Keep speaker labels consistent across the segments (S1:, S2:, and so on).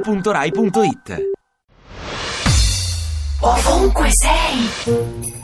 S1: radio2pod.rai.it
S2: Ovunque sei,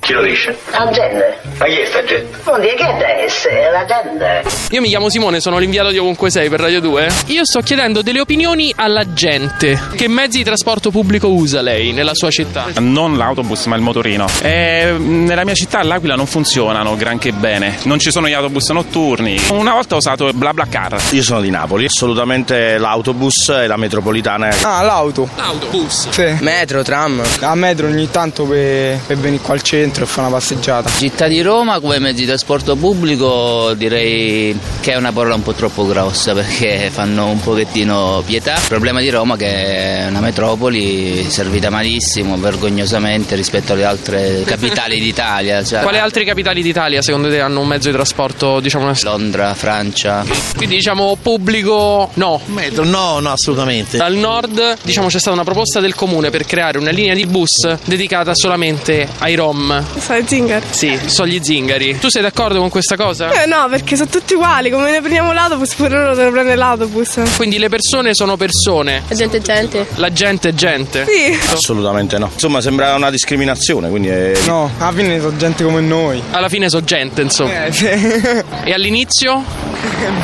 S3: Chi lo dice?
S4: Agenda.
S3: Ma chi è sta gente?
S4: Non dire che deve essere l'agenda.
S5: Io mi chiamo Simone, sono l'inviato di ovunque sei per Radio 2. Io sto chiedendo delle opinioni alla gente. Che mezzi di trasporto pubblico usa lei nella sua città?
S6: Non l'autobus, ma il motorino. Eh, nella mia città l'Aquila non funzionano granché bene. Non ci sono gli autobus notturni. Una volta ho usato il BlaBlaCar.
S7: Io sono di Napoli, assolutamente l'autobus e la metropolitana.
S8: Ah, l'auto.
S5: Auto, bus.
S8: Sì.
S9: Metro, tram.
S8: A metro ogni tanto per, per venire qua al centro e fare una passeggiata.
S10: Città di Roma come mezzo di trasporto pubblico direi che è una parola un po' troppo grossa perché fanno un pochettino pietà. Il problema di Roma è che è una metropoli servita malissimo, vergognosamente rispetto alle altre capitali d'Italia. Cioè
S5: Quali altre capitali d'Italia secondo te hanno un mezzo di trasporto, diciamo, una-
S10: Londra, Francia.
S5: quindi diciamo pubblico? No.
S7: Metro, no, no, assolutamente.
S5: Dal nord, diciamo, c'è stata una proposta del comune per creare una linea di bus dedicata solamente ai rom.
S11: Sai Zinger?
S5: Sì, sono gli zingari. Tu sei d'accordo con questa cosa?
S11: Eh no, perché sono tutti uguali, come ne prendiamo l'autobus pure loro devono prendere l'autobus.
S5: Quindi le persone sono persone,
S11: La gente è gente.
S5: la gente è gente.
S11: Sì.
S7: Assolutamente no. Insomma, sembra una discriminazione, quindi è...
S8: No, alla fine sono gente come noi.
S5: Alla fine sono gente, insomma.
S8: Eh, sì.
S5: E all'inizio?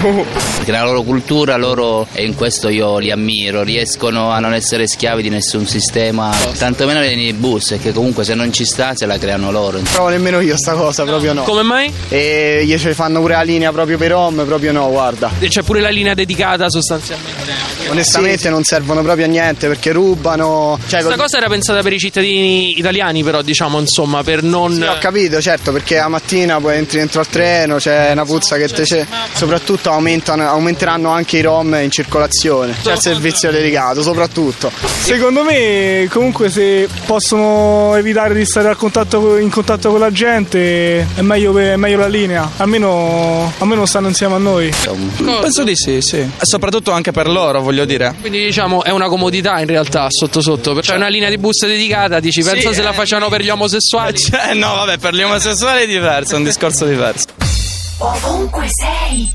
S8: Boh.
S10: Perché la loro cultura, loro, e in questo io li ammiro, riescono a non essere schiavi di nessun sistema, tantomeno nei bus, che comunque se non ci sta se la creano loro.
S8: Provo nemmeno io sta cosa, proprio no.
S5: Come mai?
S8: E gli ci fanno pure la linea proprio per home, proprio no, guarda.
S5: C'è pure la linea dedicata sostanzialmente.
S8: Onestamente non servono proprio a niente perché rubano. Cioè,
S10: Ecco.
S5: Questa cosa era pensata per i cittadini italiani, però, diciamo, insomma, per non.
S8: Sì, ho capito, certo, perché la mattina poi entri dentro al treno, c'è una puzza che te c'è. Soprattutto aumentano- aumenteranno anche i rom in circolazione. C'è il servizio dedicato, soprattutto.
S12: Secondo me, comunque, se possono evitare di stare al contatto co- in contatto con la gente, è meglio, per- è meglio la linea. Almeno, almeno stanno insieme a noi.
S5: Penso
S8: di sì, sì. Soprattutto anche per loro, voglio dire.
S5: Quindi diciamo è una comodità in realtà sotto sotto, perché c'è una linea di bus dedicata, dici pensa se la facciano per gli omosessuali.
S8: Eh no, vabbè, per gli omosessuali è diverso, è un discorso diverso.
S2: ovunque sei.